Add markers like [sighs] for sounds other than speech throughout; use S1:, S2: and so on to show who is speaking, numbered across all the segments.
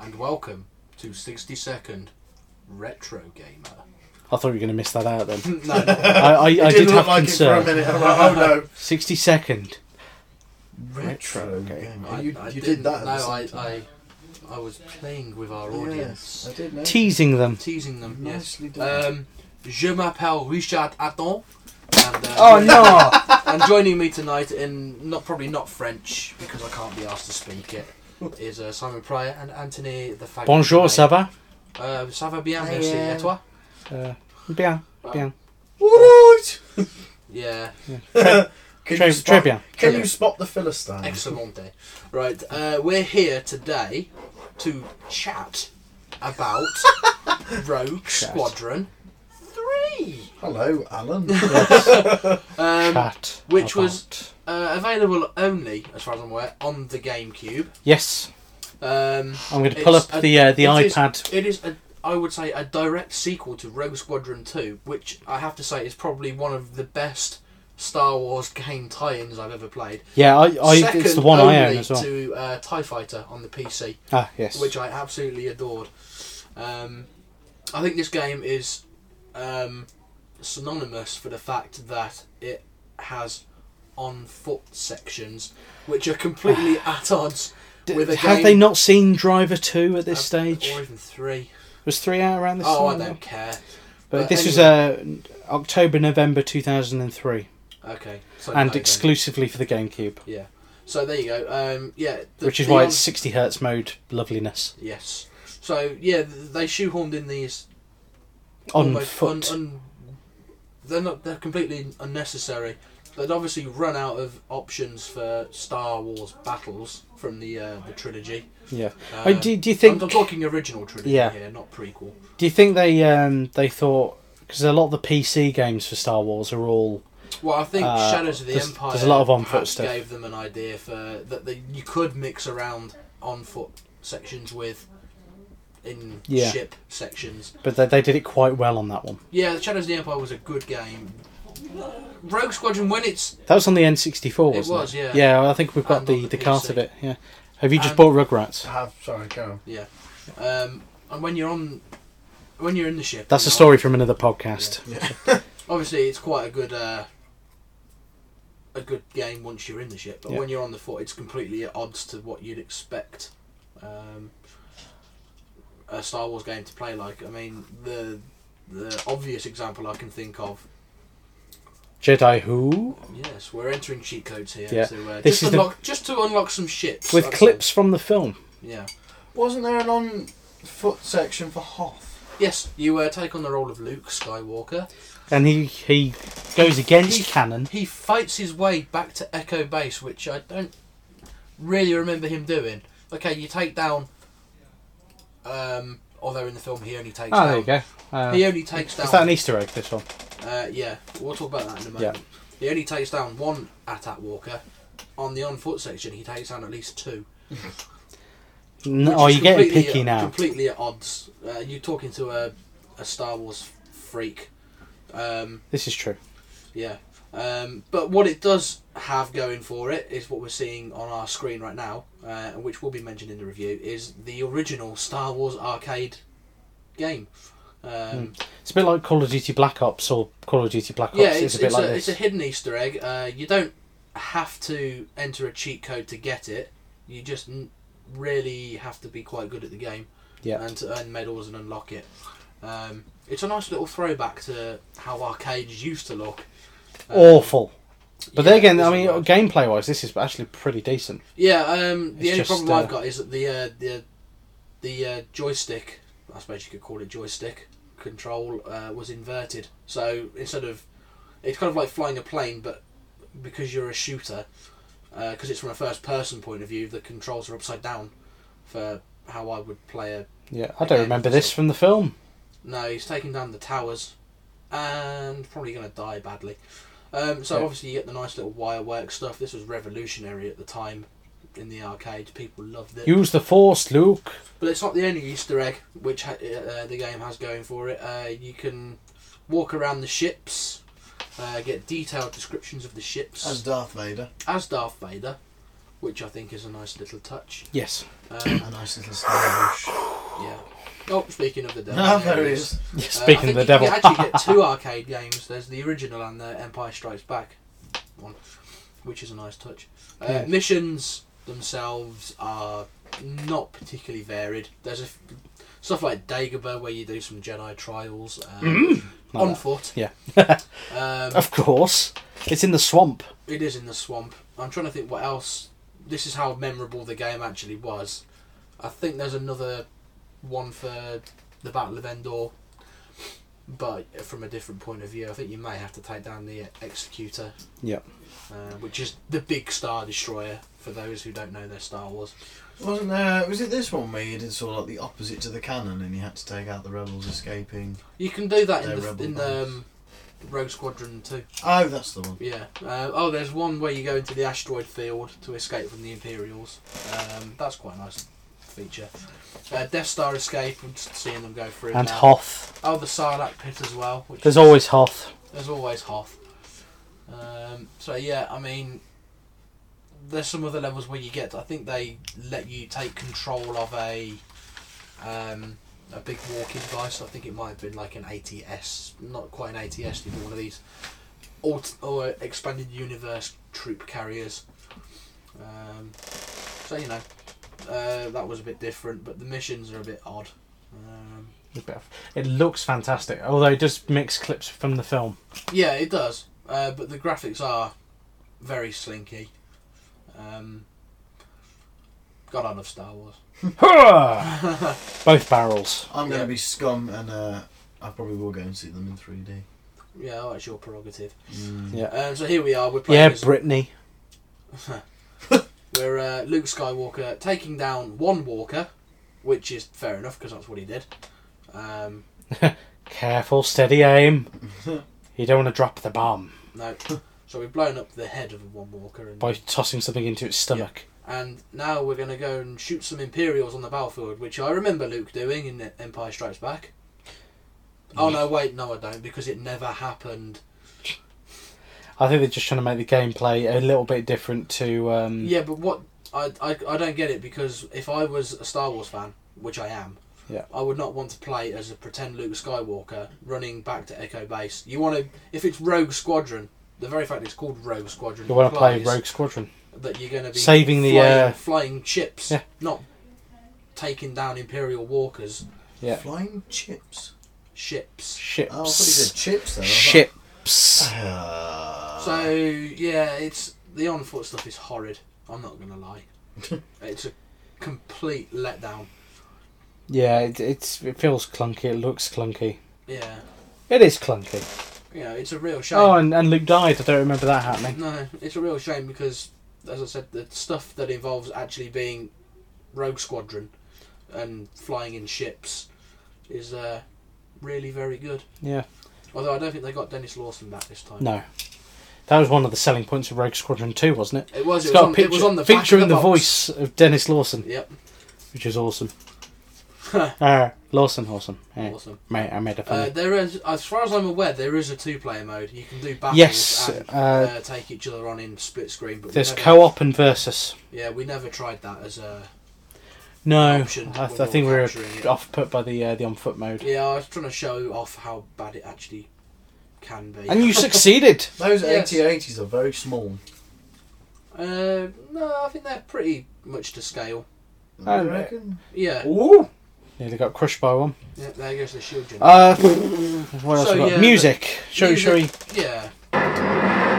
S1: and welcome to 60 Second Retro Gamer.
S2: I thought you were going to miss that out then.
S1: [laughs] no, no,
S2: I, I, I
S3: didn't
S2: did
S3: look
S2: have
S3: like it for a
S2: concern.
S3: minute. I'm like, oh no.
S2: 60 second.
S3: [laughs] Retro game.
S1: I,
S3: You,
S1: I
S3: you
S1: didn't-
S3: did that. at
S1: No,
S3: the same
S1: I,
S3: time.
S1: I, I was playing with our
S3: Yes,
S1: audience,
S3: I did know.
S2: Teasing them.
S1: teasing them. Yes.
S3: Nicely done. [laughs]
S1: Um, je m'appelle Richard Atton. And, uh,
S2: Oh no!
S1: [laughs] and joining me tonight in not probably not French because I can't be asked to speak it is uh, Simon Pryor and Anthony the Fag.
S2: [laughs] Bonjour, ça va?
S1: Uh, ça va bien,
S3: Hi,
S1: merci.
S3: uh,
S1: Et toi?
S2: Uh, bien, bien.
S3: Alright.
S1: Yeah,
S3: [laughs] Can,
S2: Très,
S3: you
S2: très
S3: spot,
S2: bien.
S3: can you spot the Philistine?
S1: excellent. Right, uh, we're here today to chat
S2: [laughs]
S1: about Rogue Squadron Three,
S3: Hello, [laughs] Alan.
S1: um,
S2: Uh, Chat
S1: which
S2: about-
S1: was- uh, available only, as far as I'm aware, on the GameCube.
S2: Yes,
S1: Um,
S2: I'm going to pull
S1: It's
S2: up
S1: a-
S2: the uh, the
S1: it is-
S2: iPad.
S1: It is, a, I would say, a direct sequel to Rogue Squadron 2, which I have to say is probably one of the best Star Wars game tie-ins I've ever played.
S2: Yeah, I, I, Oh, it's the one
S1: only
S2: I own as well.
S1: to uh, Tie Fighter on the PC,
S2: ah, yes.
S1: which I absolutely adored. Um, I think this game is um, synonymous for the fact that it has on foot sections, which are
S2: [sighs]
S1: completely at odds.
S2: D-
S1: with a
S2: have
S1: game-
S2: they not seen Driver 2 at this
S1: uh,
S2: stage?
S1: or even three.
S2: was 3 out around this
S1: Oh, I
S2: time?
S1: don't care.
S2: But
S1: but
S2: this was uh, October, November 2003,
S1: Okay. So
S2: and
S1: no, then.
S2: exclusively for the GameCube,
S1: Yeah. So there you go. Um, yeah. the-
S2: which is
S1: the
S2: why
S1: on-
S2: it's 60 hertz mode loveliness
S1: Yes. So yeah, th- they shoehorned in these
S2: on
S1: almost
S2: foot.
S1: Un, un, they're not. They're completely unnecessary. They'd obviously run out of options for Star Wars battles from the uh, the trilogy.
S2: yeah.
S1: Uh,
S2: Oh, do, do you
S1: I'm,
S2: think?
S1: I'm talking original trilogy
S2: Yeah.
S1: here, not prequel.
S2: Do you think they um, they thought because a lot of the PC games for Star Wars are all
S1: Well, I think
S2: Uh,
S1: Shadows of the
S2: there's-
S1: Empire.
S2: there's a lot of on-foot
S1: perhaps
S2: stuff.
S1: Gave them an idea for that they, you could mix around on foot sections with in
S2: Yeah.
S1: ship sections.
S2: but they, they did it quite well on that one.
S1: Yeah, Shadows of the Empire was a good game. Rogue Squadron, when it's
S2: That was on the N64,
S1: It
S2: wasn't it?
S1: was, yeah.
S2: Yeah, I think we've got
S1: And on
S2: the,
S1: the
S2: the, cart
S1: PC.
S2: of it. Yeah. Have you just
S1: And-
S2: bought Rugrats?
S3: Have sorry, go on.
S1: yeah, um, and when you're on, when you're in the ship.
S2: That's
S1: you
S2: a
S1: know,
S2: story from another podcast.
S3: Yeah. [laughs]
S1: Obviously, it's quite a good. Uh, a good game once you're in the ship, but
S2: Yeah.
S1: when you're on the foot, it's completely at odds to what you'd expect um, a Star Wars game to play like. I mean, the the obvious example I can think of.
S2: Jedi Who
S1: Yes, we're entering cheat codes here
S2: Yeah.
S1: to uh,
S2: This
S1: just
S2: is the-
S1: unlock just to unlock some ships
S2: with
S1: that's all.
S2: clips from the film.
S1: Yeah.
S3: Wasn't there an on foot section for Hoth?
S1: Yes, you uh, take on the role of Luke Skywalker.
S2: And he he goes against canon.
S1: He fights his way back to Echo Base, which I don't really remember him doing. Okay, you take down. Um, although in the film he only takes
S2: Ah, there you
S1: down.
S2: go. Uh,
S1: He only takes down.
S2: is that an e- Easter egg? This one.
S1: uh, yeah, we'll talk about that in a moment. He only takes down one Attack Walker. On the on foot section, he takes down at least two.
S2: No,
S1: which
S2: oh,
S1: is
S2: you're getting
S1: completely- uh,
S2: picky now.
S1: Completely at odds. Uh, you're talking to a, a Star Wars freak. Um,
S2: This is true.
S1: Yeah. Um, but what it does have going for it is what we're seeing on our screen right now, uh, which will be mentioned in the review, is the original Star Wars arcade game. Um,
S2: It's a bit like Call of Duty Black Ops or Call of Duty Black Ops.
S1: Yeah, it's,
S2: a bit
S1: it's,
S2: like
S1: a, it's
S2: this.
S1: a hidden Easter egg. Uh, you don't have to enter a cheat code to get it. You just n- really have to be quite good at the game
S2: yeah,
S1: and to earn medals and unlock it. Um, it's a nice little throwback to how arcades used to look. Um,
S2: awful. But then
S1: yeah,
S2: again, I
S1: it's
S2: mean,
S1: alright.
S2: gameplay wise, this is actually pretty decent.
S1: Yeah, um, the only
S2: It's just,
S1: problem I've
S2: uh,
S1: got is that the uh, the the uh, joystick, I suppose you could call it joystick control, uh, was inverted. So instead of it's kind of like flying a plane, but because you're a shooter, because it's from a first person point of view, the controls are upside down for how I would play a.
S2: Yeah, I don't
S1: Yeah,
S2: remember
S1: it's-
S2: this from the film.
S1: No, he's taking down the towers, and probably going to die badly. Um, so
S2: Yeah.
S1: obviously you get the nice little wire work stuff. This was revolutionary at the time in the arcade. People loved it.
S2: Use the Force, Luke.
S1: But it's not the only Easter egg which ha- uh, the game has going for it. Uh, you can walk around the ships, uh, get detailed descriptions of the ships
S3: As Darth Vader.
S1: as Darth Vader, which I think is a nice little touch.
S2: [laughs] Yes.
S1: Um, [coughs]
S3: A nice little [laughs] Stonehenge.
S1: yeah. Oh, speaking of the devil.
S3: Ah, there
S1: it
S3: he
S1: is.
S3: is.
S2: Yeah,
S1: Uh,
S2: Speaking
S1: I
S2: of
S1: think
S2: the
S1: you
S2: devil.
S1: can actually get
S2: [laughs]
S1: two arcade games. There's the original and the Empire Strikes Back one, which is a nice touch. Uh,
S2: Yeah.
S1: Missions themselves are not particularly varied. There's a f- stuff like Dagobah where you do some Jedi trials um,
S2: Mm-hmm. Like
S1: on
S2: that.
S1: foot.
S2: Yeah.
S1: um,
S2: [laughs] Of course. It's in the swamp.
S1: it is in the swamp. I'm trying to think what else. This is how memorable the game actually was. I think there's another one for the Battle of Endor, but from a different point of view. I think you may have to take down the Executor.
S2: Yep.
S1: Uh, which is the big Star Destroyer for those who don't know their Star Wars.
S3: Wasn't there? Was it this one where you did sort of like the opposite to the cannon, and you had to take out the rebels escaping?
S1: You can do that in
S3: They're
S1: the,
S3: rebel
S1: in the um, Rogue Squadron too.
S3: Oh, that's the one.
S1: Yeah. Uh, oh, there's one where you go into the asteroid field to escape from the Imperials. Um, that's quite a nice feature. Uh, Death Star escape. I'm just seeing them go through.
S2: And
S1: now.
S2: Hoth.
S1: Oh, the Sarlacc pit as well. Which
S2: There's
S1: is-
S2: always Hoth.
S1: there's always Hoth. Um, so yeah, I mean, there's some other levels where you get. I think they let you take control of a um, a big walking device. I think it might have been like an ATS, not quite an ATS, but one of these alt or expanded universe troop carriers. Um, so you know, uh, that was a bit different, but the missions are a bit odd. Um,
S2: It looks fantastic, although it does mix clips from the film.
S1: Yeah, it does. Uh, but the graphics are very slinky. Um, God, I love Star Wars.
S2: Hurrah! [laughs] Both barrels.
S3: I'm going
S1: Yeah.
S3: to be scum, and uh, I probably will go and see them in 3D.
S1: Yeah, well, that's your prerogative.
S3: Mm.
S2: Yeah.
S1: Um, so here we are. We're playing.
S2: Yeah,
S1: as-
S2: Brittany.
S1: we're uh, Luke Skywalker taking down one Walker, which is fair enough because that's what he did. Um,
S2: Careful, steady [laughs] aim. You don't want to drop the bomb
S1: no, so we've blown up the head of one Walker, and,
S2: by tossing something into its stomach.
S1: and now we're going to go and shoot some Imperials on the battlefield, which I remember Luke doing in Empire Strikes Back. Oh no, wait, no, I don't, because it never happened.
S2: I think they're just trying to make the gameplay a little bit different to. Um,
S1: Yeah, but what I, I I don't get it because if I was a Star Wars fan, which I am,
S2: Yeah.
S1: I would not want to play as a pretend Luke Skywalker running back to Echo Base. You want to if it's Rogue Squadron, the very fact it's called Rogue Squadron.
S2: You want to play
S1: implies
S2: Rogue Squadron.
S1: that you're going to be
S2: Saving the,
S1: flying,
S2: uh,
S1: flying chips,
S2: Yeah.
S1: not taking down Imperial walkers.
S2: Yeah.
S3: Flying chips.
S1: Ships.
S2: Ships.
S3: Oh, I thought you said chips. Then. I was like,
S2: Ships.
S3: ah.
S1: So yeah, it's the on foot stuff is horrid. I'm not gonna
S2: [laughs]
S1: lie, it's a complete letdown.
S2: Yeah, it, it's, it feels clunky. It looks clunky.
S1: Yeah,
S2: It is clunky.
S1: you know, it's a real shame.
S2: Oh, and, and Luke died. I don't remember that happening.
S1: No, it's a real shame because, as I said, the stuff that involves actually being Rogue Squadron and flying in ships is uh, really very good.
S2: Yeah.
S1: Although I don't think they got Dennis Lawson back this time.
S2: No. That was one of the selling points of Rogue Squadron 2, wasn't it?
S1: It was. It was,
S2: It's got
S1: on,
S2: a picture,
S1: it was on the back of
S2: featuring the,
S1: box.
S2: voice of Dennis Lawson,
S1: Yep.
S2: which
S1: [laughs]
S2: is awesome. uh, Lawson, awesome. Yeah.
S1: Awesome.
S2: Mate, I made a funny.
S1: Uh, there is, as far as I'm aware, there is a two-player mode. You can do battles
S2: yes,
S1: and
S2: uh,
S1: uh, take each other on in split screen. But we
S2: there's
S1: never-
S2: co-op and versus.
S1: Yeah, we never tried that as a.
S2: No,
S1: Option
S2: I,
S1: when
S2: I
S1: you're
S2: think we were
S1: capturing it.
S2: off put by the uh, the on foot mode.
S1: Yeah, I was trying to show off how bad it actually can be.
S2: And you succeeded.
S3: Those
S1: Yes.
S3: 8080s are very small.
S1: Uh, no, I think they're pretty much to scale.
S3: [laughs] I
S2: Oh,
S3: reckon.
S1: Yeah,
S2: Ooh. Nearly got crushed by one.
S1: yeah there goes the shield gen.
S2: Uh, what else
S1: So,
S2: we got?
S1: yeah,
S2: music. Shall we? Shall we?
S1: Music- Yeah.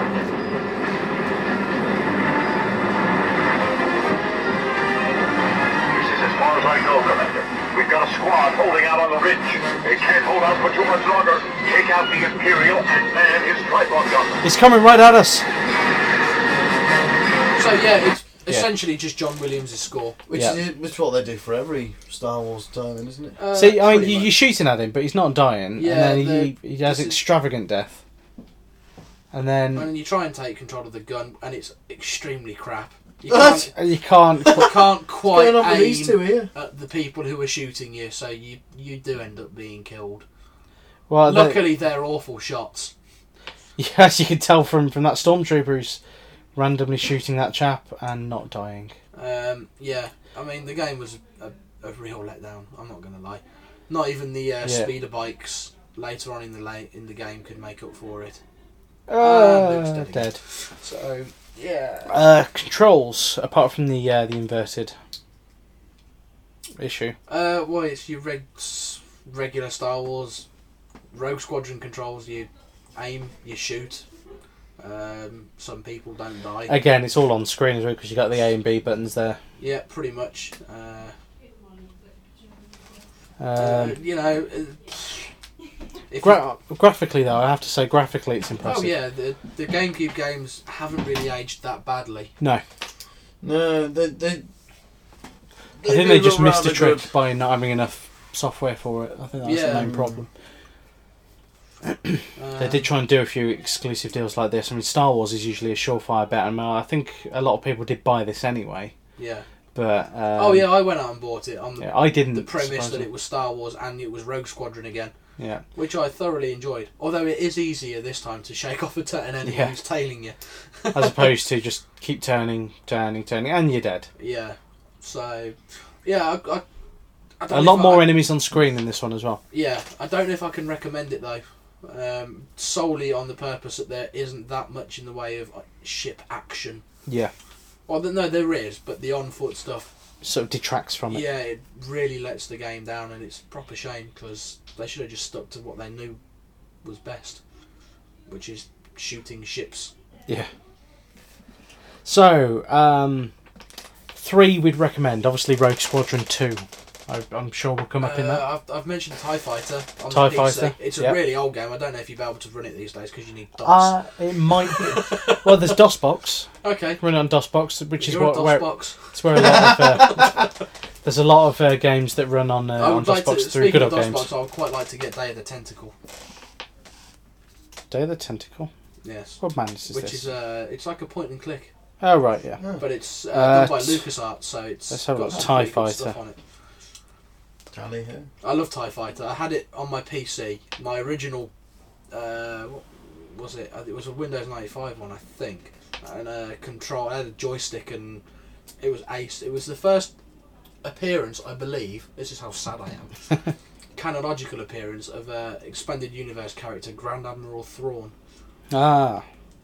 S4: This is as far as I go, Commander. We've got a squad holding out on the ridge. They can't hold out for too much longer. Take out the Imperial and man his tripod gun.
S2: It's coming right at us.
S1: So yeah, it's essentially just John Williams' score.
S3: Which
S2: Yeah.
S3: is which is what they do for every Star Wars time, isn't it?
S1: Uh,
S2: See, I mean,
S1: pretty
S2: you, you're
S1: much.
S2: shooting at him, but he's not dying.
S1: Yeah,
S2: and then
S1: the-
S2: he, he has
S1: this is-
S2: extravagant death. And then
S1: and you try and take control of the gun, and it's extremely crap. You
S3: What?
S1: can't,
S2: and you can't. [laughs]
S1: you can't
S3: What's
S1: quite
S3: going on with these two
S1: aim
S3: here?
S1: at the people who are shooting you, so you you do end up being killed.
S2: Well, the- [laughs]
S1: Luckily, they're awful shots.
S2: Yes, you can tell from from that stormtrooper who's randomly shooting that chap and not dying.
S1: Um, yeah, I mean the game was a, a real letdown. I'm not gonna lie. Not even the uh,
S2: Yeah.
S1: speeder bikes later on in the la- in the game could make up for it. Luke's
S2: Uh,
S1: Ah, dead again.
S2: dead.
S1: So yeah,
S2: Uh, controls apart from the uh, the inverted issue.
S1: uh, well it's your reg- s- regular Star Wars Rogue Squadron controls. You aim, you shoot. Um, some people don't die.
S2: Again, it's all on screen as well because you got the A and B buttons there.
S1: Yeah, pretty much. Uh, uh,
S2: Um,
S1: you know, uh, if you-
S2: gra- graphically, though, I have to say graphically, it's
S1: Oh
S2: impressive.
S1: yeah, the the GameCube games haven't really aged that badly.
S2: No,
S3: No, they. they
S2: I think they
S3: do
S2: just
S3: look
S2: missed a
S3: rather
S2: trick
S3: good.
S2: by not having enough software for it. I think that's
S1: Yeah.
S2: the main problem.
S1: Uh,
S2: They did try and do a few exclusive deals like this. I mean, Star Wars is usually a surefire bet, and uh, I think a lot of people did buy this anyway.
S1: Yeah.
S2: But um,
S1: oh yeah, I went out and bought it on the,
S2: yeah, Mm, I didn't.
S1: the premise that
S2: surprisingly.
S1: it was Star Wars and it was Rogue Squadron again,
S2: yeah,
S1: which I thoroughly enjoyed. Although it is easier this time to shake [laughs] off a turn and
S2: Yeah.
S1: who's tailing you.
S2: as opposed to just keep turning, turning, turning, and you're dead.
S1: Yeah. So, yeah, I. I, I don't
S2: A
S1: know
S2: lot
S1: if
S2: more
S1: I,
S2: enemies on screen in this one as well.
S1: Yeah, I don't know if I can recommend it though. Um, solely on the purpose that there isn't that much in the way of uh, ship action.
S2: Yeah,
S1: Well, th- no, there is, but the on foot stuff
S2: sort of detracts from it.
S1: Yeah, it really lets the game down, and it's a proper shame because they should have just stuck to what they knew was best, which is shooting ships.
S2: Yeah. So, um, three we'd recommend. Obviously, Rogue Squadron 2. I, I'm sure we'll come up in that.
S1: Uh, I've, I've mentioned Tie Fighter. On
S2: TIE
S1: the PC.
S2: Fighter,
S1: E. It's a
S2: yep.
S1: really old game. I don't know if you'd be able to run it these days because you need dots.
S2: Uh, it might be. [laughs] well, there's DOSBox.
S1: okay.
S2: Run it on DOSBox, which is
S1: You're a
S2: what,
S1: DOS
S2: where,
S1: box.
S2: it's where a lot of. Uh, [laughs] there's a lot of uh, games that run on, uh,
S1: I
S2: on
S1: would like to.
S2: DOSBox through
S1: Speaking
S2: good
S1: of
S2: old
S1: DOS
S2: games.
S1: box, I would quite like to get Day of the Tentacle.
S2: Day of the Tentacle.
S1: Yes.
S2: What madness is
S1: Which
S2: this?
S1: is uh, it's like a point and click,
S2: oh, right, yeah.
S1: but it's uh,
S2: Uh,
S1: done by
S2: t-
S1: LucasArts, so it's
S2: let's have a
S1: got
S2: look.
S1: some
S2: TIE
S1: pretty good stuff
S2: Fighter.
S1: on it.
S3: Tally here.
S1: I love Tie Fighter. I had it on my PC. My original, uh, what was it? Uh, It was a Windows ninety five one, I think. And a control. I had a joystick, and it was ace. It was the first appearance, I believe. This is how sad I am.
S2: [laughs]
S1: Chronological appearance of uh, expanded universe character Grand Admiral Thrawn.
S2: Ah,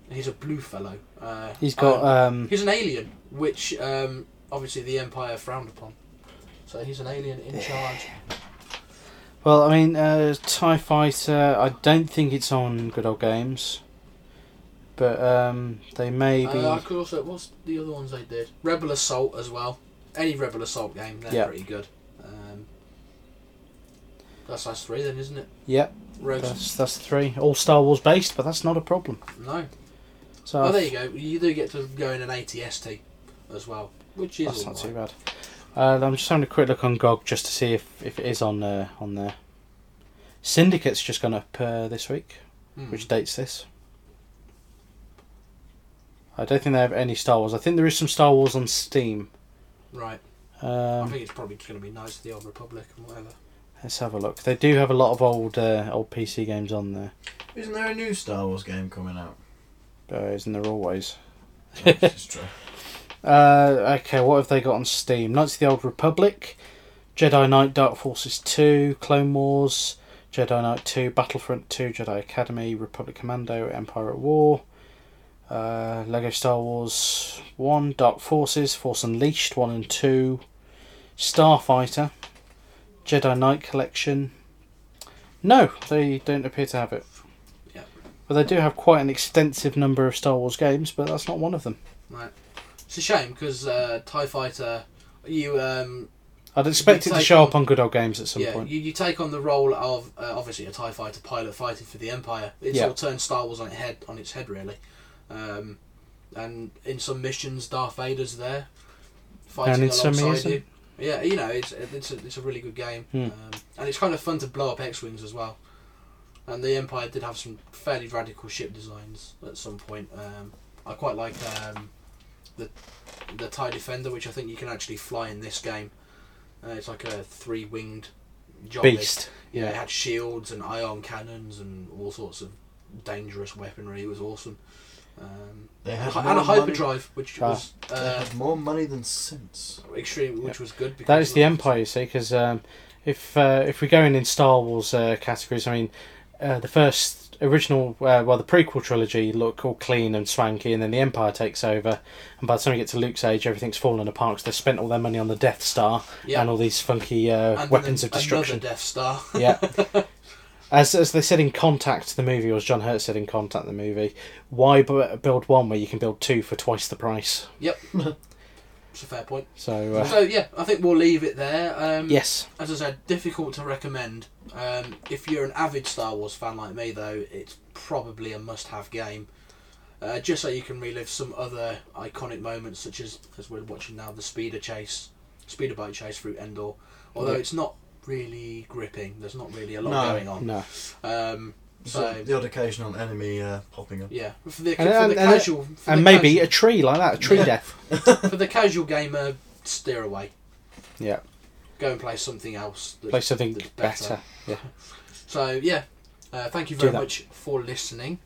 S1: He's a blue fellow. Uh,
S2: he's got.
S1: um,
S2: Um,
S1: he's an alien, which um, obviously the Empire frowned upon. So he's an alien
S2: [sighs]
S1: in charge.
S2: well, I mean, uh, TIE Fighter, I don't think it's on good old games. But um, they may be.
S1: Uh, I could also. What's the other ones they did? Rebel Assault as well. Any Rebel Assault game, they're
S2: Yeah.
S1: pretty good. Um, that's that's three then, isn't it?
S2: Yep,
S1: Rogues.
S2: that's that's three. All Star Wars based, but that's not a problem.
S1: no.
S2: So
S1: Oh, there you go. You do get to go in an ATST as well, which is
S2: that's not
S1: alright.
S2: too bad. Uh, I'm just having a quick look on GOG just to see if, if it is on uh, on there. Syndicate's just gone up uh, this week,
S1: Hmm.
S2: which dates this. I don't think they have any Star Wars. I think there is some Star Wars on Steam.
S1: Right. I
S2: Um,
S1: think it's probably just going to be nice to the Old Republic and whatever.
S2: let's have a look. They do have a lot of old uh, old PC games on there,
S3: Isn't there a new Star Wars game
S2: [laughs]
S3: coming out?
S2: but isn't there always?
S3: No, this is true.
S2: Uh, okay, what have they got on Steam? Knights of the Old Republic, Jedi Knight Dark Forces 2, Clone Wars, Jedi Knight 2, Battlefront 2, Jedi Academy, Republic Commando, Empire at War, uh, Lego Star Wars 1, Dark Forces, Force Unleashed 1 and 2, Starfighter, Jedi Knight Collection. No, they don't appear to have it.
S1: Yep.
S2: But they do have quite an extensive number of Star Wars games, but that's not one of them.
S1: Right. It's a shame because uh, Tie Fighter, you um,
S2: I'd expect it to
S1: take
S2: show
S1: on-
S2: up on Good Old Games at some
S1: yeah,
S2: point.
S1: You, you take on the role of uh, obviously a Tie Fighter pilot fighting for the Empire. It's
S2: Yeah.
S1: all turned Star Wars on its head, on its head really. Um, and in some missions, Darth Vader's there fighting
S2: And in some
S1: alongside
S2: he
S1: you.
S2: isn't.
S1: Yeah, you know it's it's a, it's a really good game,
S2: Hmm.
S1: um, and it's kind of fun to blow up X wings as well. And the Empire did have some fairly radical ship designs at some point. Um, I quite like um, the the Tie Defender, which I think you can actually fly in this game. Uh, it's like a three winged
S2: Beast.
S1: yeah, it
S2: Yeah.
S1: had shields and ion cannons and all sorts of dangerous weaponry. It was awesome. um,
S3: They
S1: and,
S3: had
S1: a-
S3: more
S1: and a
S3: money-
S1: hyperdrive, which
S2: Ah.
S1: was
S3: They
S1: uh,
S3: had more money than sense.
S1: extreme, which was good. Because
S2: That is the Empire, you see, because um, if uh, if we go in in Star Wars uh, categories, I mean, uh, the first original, uh, well, the prequel trilogy look all clean and swanky, and then the Empire takes over, and by the time you get to Luke's age, everything's fallen apart because they spent all their money on the Death Star
S1: Yeah.
S2: and all these funky uh,
S1: And
S2: weapons
S1: then
S2: of destruction.
S1: Another Death Star.
S2: yeah.
S1: [laughs]
S2: As, as they said in Contact, the movie, or as John Hurt said in Contact, the movie, why bu- build one where you can build two for twice the price?
S1: It's a fair point.
S2: So, uh,
S1: So yeah, I think we'll leave it there. Um,
S2: yes.
S1: As I said, difficult to recommend. Um, if you're an avid Star Wars fan like me, though, it's probably a must-have game. Uh, just so you can relive some other iconic moments, such as as we're watching now, the speeder chase, speeder bike chase through Endor. Although
S2: Yeah.
S1: it's not really gripping. There's not really a lot
S3: No.
S1: going on.
S2: No.
S1: Um,
S3: So,
S1: So-
S3: the odd occasional enemy uh, popping up.
S1: yeah, for the, for
S2: And- and-
S1: the
S2: and-
S1: casual, for
S2: And
S1: the
S2: maybe
S1: casual-
S2: a tree like that, a tree
S1: Yeah.
S2: death.
S1: for the casual gamer, steer away.
S2: Yeah.
S1: Go and play something else. That's,
S2: Play something
S1: that's
S2: better. Yeah.
S1: So yeah, uh, thank you
S2: Do
S1: very
S2: that.
S1: much for listening.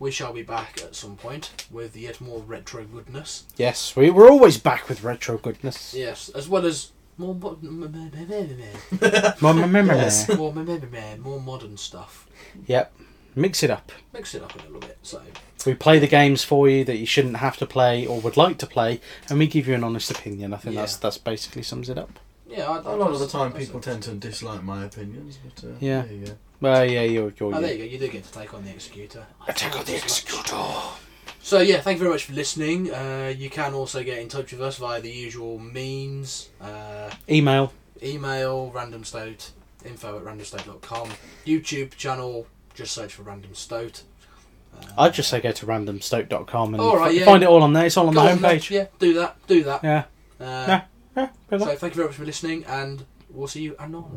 S1: We shall be back at some point with yet more retro goodness.
S2: Yes, we, we're always back with retro goodness.
S1: Yes, as well as more mo- m- m- m- m- m-
S2: [laughs] My- my memory.
S3: Yes.
S1: more m- m- m- more modern stuff.
S2: Yep. Mix it up.
S1: Mix it up a little bit. So
S2: We play the games for you that you shouldn't have to play or would like to play, and we give you an honest opinion. I think that's
S1: Yeah.
S2: that's basically sums it up.
S1: yeah, I,
S3: A lot of the time,
S1: that's
S3: people
S1: it.
S3: tend to dislike my opinions, but uh,
S2: Yeah.
S3: there you go.
S2: Well, yeah, you're you're.
S1: Oh, there
S2: you.
S1: you go. You do get to take on the executor.
S2: Attack of the Executor.
S1: So yeah, thank you very much for listening. Uh, you can also get in touch with us via the usual means. Uh,
S2: Email.
S1: email random stoat info at randomstoat.com youtube channel just search for random stoat uh,
S2: I'd just say go to randomstoke.com and
S1: All right,
S2: fi-
S1: yeah.
S2: find it all on there. It's all on
S1: go
S2: the
S1: on there,
S2: homepage.
S1: yeah do that do that
S2: Yeah.
S1: uh,
S2: Yeah, Good luck.
S1: so thank you very much for listening and we'll see you anon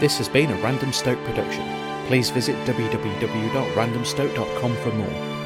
S5: This has been a Random Stoke production. Please visit www.randomstoke.com for more.